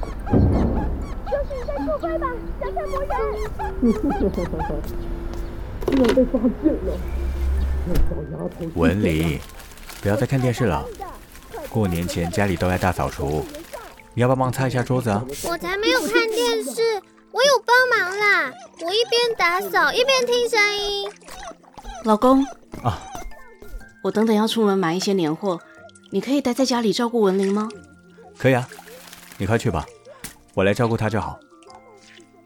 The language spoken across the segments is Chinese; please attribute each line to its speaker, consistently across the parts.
Speaker 1: 就是在错怪吧，想看魔人。
Speaker 2: 竟然被发现了！那小丫头是
Speaker 3: 文
Speaker 2: 谁
Speaker 3: 林， 不要再看电视了，过年前家里都要大扫除，你要帮忙擦一下桌子啊。
Speaker 4: 我才没有看电视，我有帮忙啦。我一边打扫一边听声音。
Speaker 5: 老公
Speaker 3: 啊，
Speaker 5: 我等等要出门买一些年货，你可以待在家里照顾文玲吗？
Speaker 3: 可以啊，你快去吧，我来照顾她就好。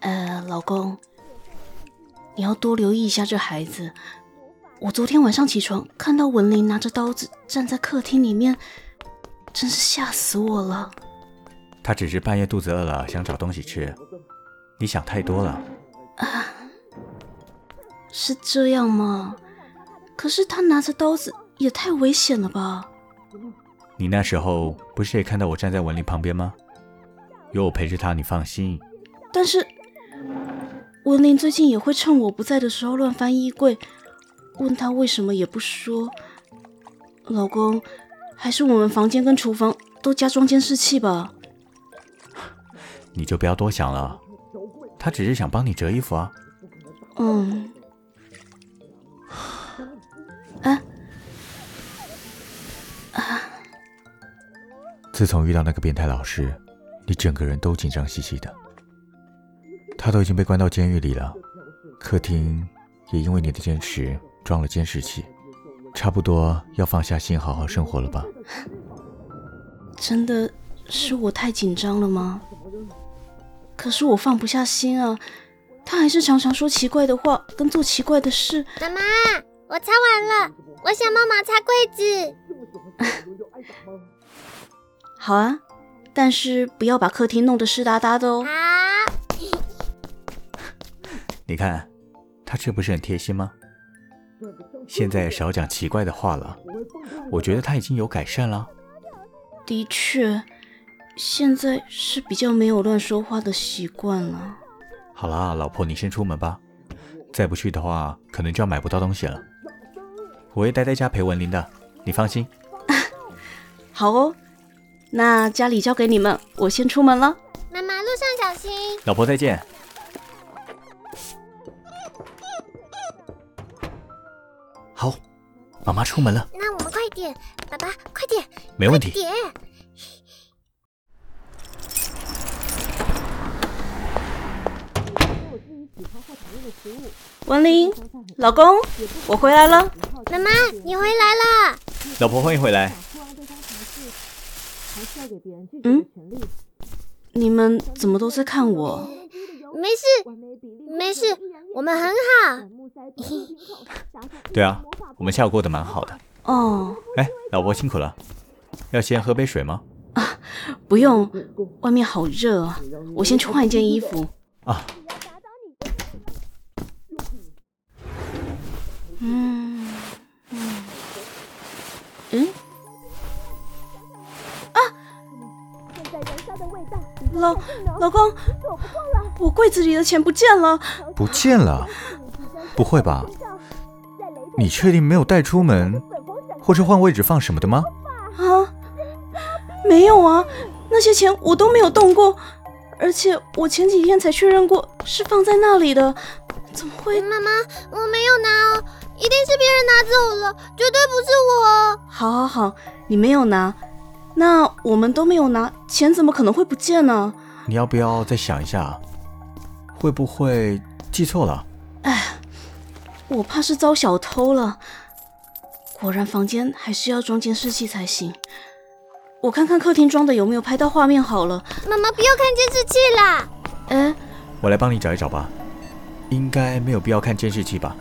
Speaker 5: 呃，老公，你要多留意一下这孩子。我昨天晚上起床看到文玲拿着刀子站在客厅里面，真是吓死我了。
Speaker 3: 她只是半夜肚子饿了，想找东西吃。你想太多了，
Speaker 5: 是这样吗？可是他拿着刀子也太危险了吧？
Speaker 3: 你那时候不是也看到我站在文林旁边吗？有我陪着她，你放心。
Speaker 5: 但是文玲最近也会趁我不在的时候乱翻衣柜，问他为什么也不说。老公，还是我们房间跟厨房都加装监视器吧。
Speaker 3: 你就不要多想了，她只是想帮你折衣服啊。
Speaker 5: 嗯。啊
Speaker 3: 自从遇到那个变态老师，你整个人都紧张兮兮的。他都已经被关到监狱里了，客厅也因为你的坚持装了监视器，差不多要放下心好好生活了吧？
Speaker 5: 真的是我太紧张了吗？可是我放不下心啊，他还是常常说奇怪的话，跟做奇怪的事。
Speaker 4: 妈妈，我擦完了，我想帮忙擦柜子。
Speaker 5: 好啊，但是不要把客厅弄得湿哒哒
Speaker 3: 嗯
Speaker 5: 的哦。
Speaker 4: 好，
Speaker 3: 你看，他这不是很贴心吗？现在少讲奇怪的话了，我觉得他已经有改善了。
Speaker 5: 的确，现在是比较没有乱说话的习惯了。
Speaker 3: 好啦，老婆，你先出门吧，再不去的话，可能就要买不到东西了。我会待在家陪文林的，你放心。
Speaker 5: 好哦，那家里交给你们，我先出门了。
Speaker 4: 妈妈路上小心。
Speaker 3: 老婆再见。好，妈妈出门了，
Speaker 4: 那我们快点，爸爸快点，
Speaker 3: 没问题。
Speaker 4: 点。
Speaker 5: 文玲，老公，我回来了。
Speaker 4: 妈妈，你回来了。
Speaker 3: 老婆，欢迎回来。
Speaker 5: 嗯，你们怎么都在看我？
Speaker 4: 没事，没事，我们很好。
Speaker 3: 对啊，我们下午过得蛮好的。
Speaker 5: 哦，
Speaker 3: 哎，老婆辛苦了，要先喝杯水吗？
Speaker 5: 不用，外面好热啊，我先去换一件衣服。
Speaker 3: 啊，
Speaker 5: 嗯，嗯，嗯，
Speaker 1: 现在燃烧的味道，
Speaker 5: 老老公，我柜子里的钱不见了。
Speaker 3: 不见了？不会吧？
Speaker 1: 在雷
Speaker 3: 你确定没有带出门，
Speaker 1: 粉红闪
Speaker 3: 或是换位置放什么的吗？
Speaker 5: 啊，没有啊，那些钱我都没有动过，而且我前几天才确认过是放在那里的，怎么会？
Speaker 4: 妈妈，我没有拿哦，一定是别人拿走了，绝对不是我哦。
Speaker 5: 好好好，你没有拿，那我们都没有拿，钱怎么可能会不见呢？
Speaker 3: 你要不要再想一下？会不会记错了？
Speaker 5: 我怕是遭小偷了。果然，房间还是要装监视器才行。我看看客厅装的有没有拍到画面好了。
Speaker 4: 妈妈，不要看监视器啦。
Speaker 5: 哎，
Speaker 3: 我来帮你找一找吧。应该没有必要看监视器吧？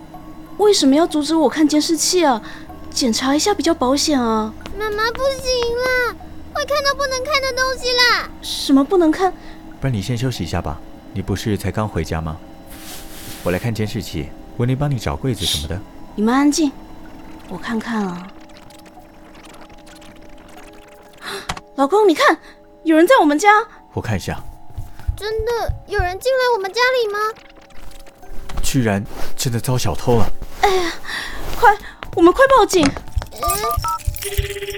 Speaker 5: 为什么要阻止我看监视器啊？检查一下比较保险啊。
Speaker 4: 妈妈不行啦，会看到不能看的东西啦。
Speaker 5: 什么不能看？
Speaker 3: 不然你先休息一下吧，你不是才刚回家吗？我来看监视器，文林帮你找柜子什么的。
Speaker 5: 你们安静，我看看啊。 老公，你看，有人在我们家。
Speaker 3: 我看一下，
Speaker 4: 真的有人进来我们家里吗？
Speaker 3: 居然真的遭小偷了！
Speaker 5: 快，我们快报警！
Speaker 4: 嗯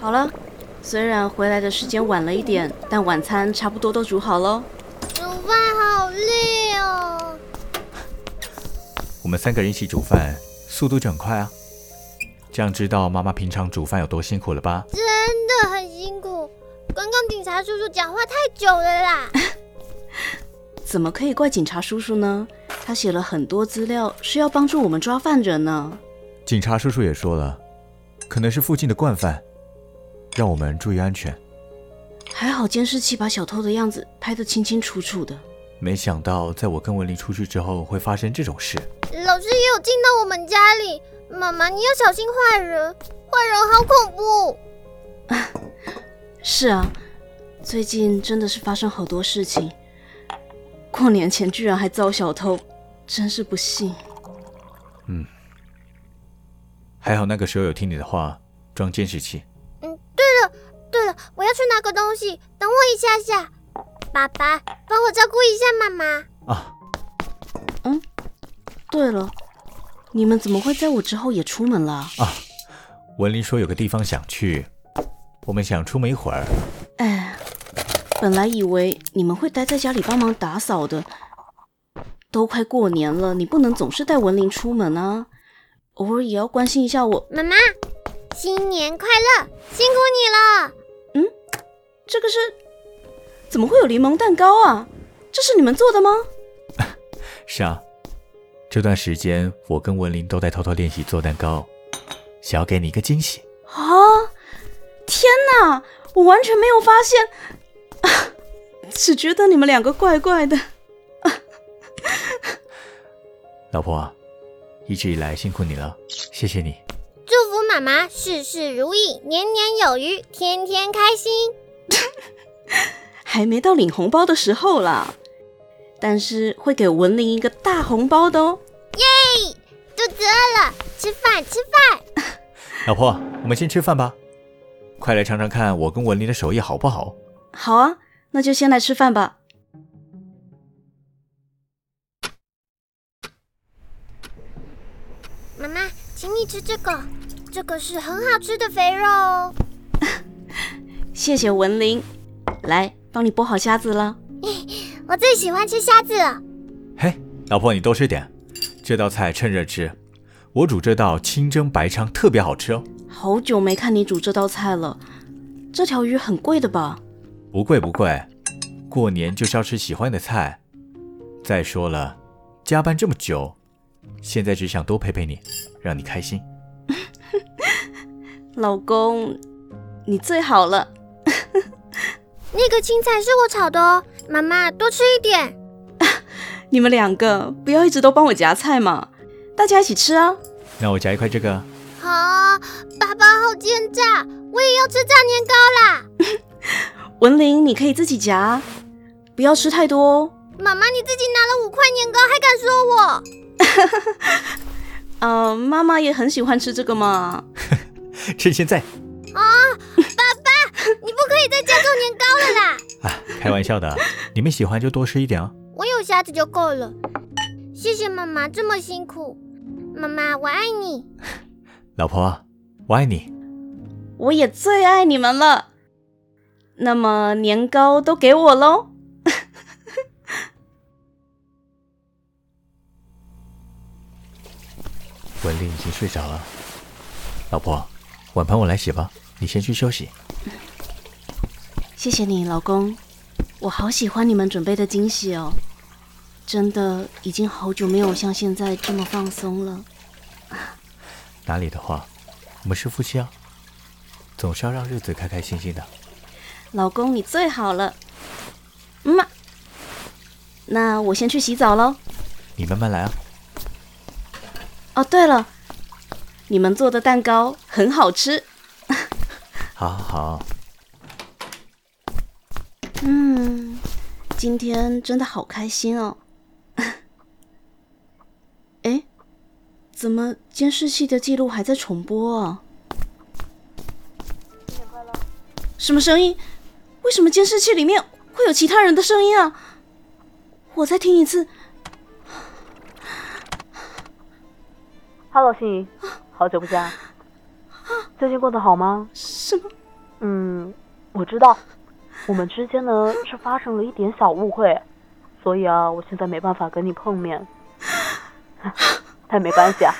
Speaker 5: 好了，虽然回来的时间晚了一点，但晚餐差不多都煮好喽。
Speaker 4: 煮饭好累哦。
Speaker 3: 我们三个人一起煮饭，速度就很快啊。这样知道妈妈平常煮饭有多辛苦了吧？
Speaker 4: 真的很辛苦，刚刚警察叔叔讲话太久了啦。
Speaker 5: 怎么可以怪警察叔叔呢？他写了很多资料是要帮助我们抓犯人呢。
Speaker 3: 警察叔叔也说了，可能是附近的惯犯，让我们注意安全。
Speaker 5: 还好监视器把小偷的样子拍得清清楚楚的。
Speaker 3: 没想到在我跟文林出去之后会发生这种事。
Speaker 4: 老师也有进到我们家里，妈妈你要小心坏人，坏人好恐怖。
Speaker 5: 是啊，最近真的是发生好多事情。过年前居然还遭小偷，真是不幸。
Speaker 3: 还好那个时候有听你的话，装监视器。
Speaker 4: 嗯，对了对了，我要去拿个东西，等我一下下。爸爸，帮我照顾一下妈妈。
Speaker 3: 啊，
Speaker 5: 对了，你们怎么会在我之后也出门了？啊
Speaker 3: 文林说有个地方想去，我们想出门一会儿。
Speaker 5: 哎，本来以为你们会待在家里帮忙打扫的，都快过年了，你不能总是带文玲出门啊，偶尔也要关心一下我。
Speaker 4: 妈妈，新年快乐，辛苦你了。
Speaker 5: 这个是，怎么会有柠檬蛋糕啊？这是你们做的吗？
Speaker 3: 是啊，这段时间我跟文林都在偷偷练习做蛋糕，想要给你一个惊喜。
Speaker 5: 啊！天哪，我完全没有发现， 啊、只觉得你们两个怪怪的。
Speaker 3: 老婆啊，一直以来辛苦你了，谢谢你。
Speaker 4: 祝福妈妈事事如意，年年有余，天天开心。
Speaker 5: 还没到领红包的时候啦，但是会给文玲一个大红包的哦。
Speaker 4: 肚子饿了，吃饭吃饭。
Speaker 3: 老婆，我们先吃饭吧，快来尝尝看我跟文林的手艺好不好？
Speaker 5: 好啊，那就先来吃饭吧。
Speaker 4: 妈妈，请你吃这个，这个是很好吃的肥肉哦。
Speaker 5: 谢谢文玲，来帮你剥好虾子了。
Speaker 4: 我最喜欢吃虾子了。
Speaker 3: 嘿，老婆你多吃点，这道菜趁热吃。我煮这道清蒸白鲳特别好吃哦，
Speaker 5: 好久没看你煮这道菜了，这条鱼很贵的吧？
Speaker 3: 不贵不贵。过年就是要吃喜欢的菜。再说了，加班这么久，现在只想多陪陪你，让你开心。
Speaker 5: 老公，你最好了。
Speaker 4: 那个青菜是我炒的哦，妈妈多吃一点。
Speaker 5: 你们两个不要一直都帮我夹菜嘛，大家一起吃啊！
Speaker 3: 那我夹一块这个，
Speaker 4: 好、爸爸好奸诈，我也要吃炸年糕啦。
Speaker 5: 文玲，你可以自己夹啊，不要吃太多哦。
Speaker 4: 妈妈你自己拿了五块年糕，还敢说我？
Speaker 5: 呃，妈妈也很喜欢吃这个嘛。
Speaker 3: 趁现在
Speaker 4: 你不可以再加重年糕了啦。
Speaker 3: 啊，开玩笑的，你们喜欢就多吃一点哦。
Speaker 4: 我有虾子就够了。谢谢妈妈这么辛苦，妈妈我爱你。
Speaker 3: 老婆，我爱你。
Speaker 5: 我也最爱你们了。那么年糕都给我喽。
Speaker 3: 文丽已经睡着了，老婆，碗盘我来洗吧，你先去休息。
Speaker 5: 谢谢你，老公，我好喜欢你们准备的惊喜哦。真的已经好久没有像现在这么放松了。
Speaker 3: 哪里的话，我们是夫妻啊，总是要让日子开开心心的。
Speaker 5: 老公，你最好了。嗯嘛，那我先去洗澡喽。
Speaker 3: 你慢慢来啊。
Speaker 5: 哦，对了，你们做的蛋糕很好吃。
Speaker 3: 好好好，
Speaker 5: 嗯，今天真的好开心哦。 哎，怎么监视器的记录还在重播啊？什么声音？为什么监视器里面会有其他人的声音啊？我再听一次。
Speaker 6: 啊 Hello，心怡，好久不见，最近过得好吗？
Speaker 5: 什么？
Speaker 6: 嗯，我知道，我们之间呢是发生了一点小误会，所以啊，我现在没办法跟你碰面，但没关系啊，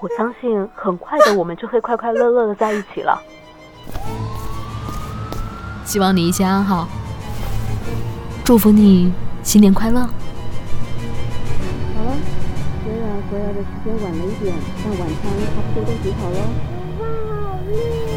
Speaker 6: 我相信很快的我们就会快快乐乐的在一起了。
Speaker 7: 希望你一切安好，祝福你新年快乐。
Speaker 8: 好了，虽然回来的时间晚了一点，但晚餐还是都煮好了。
Speaker 1: 哇，好累。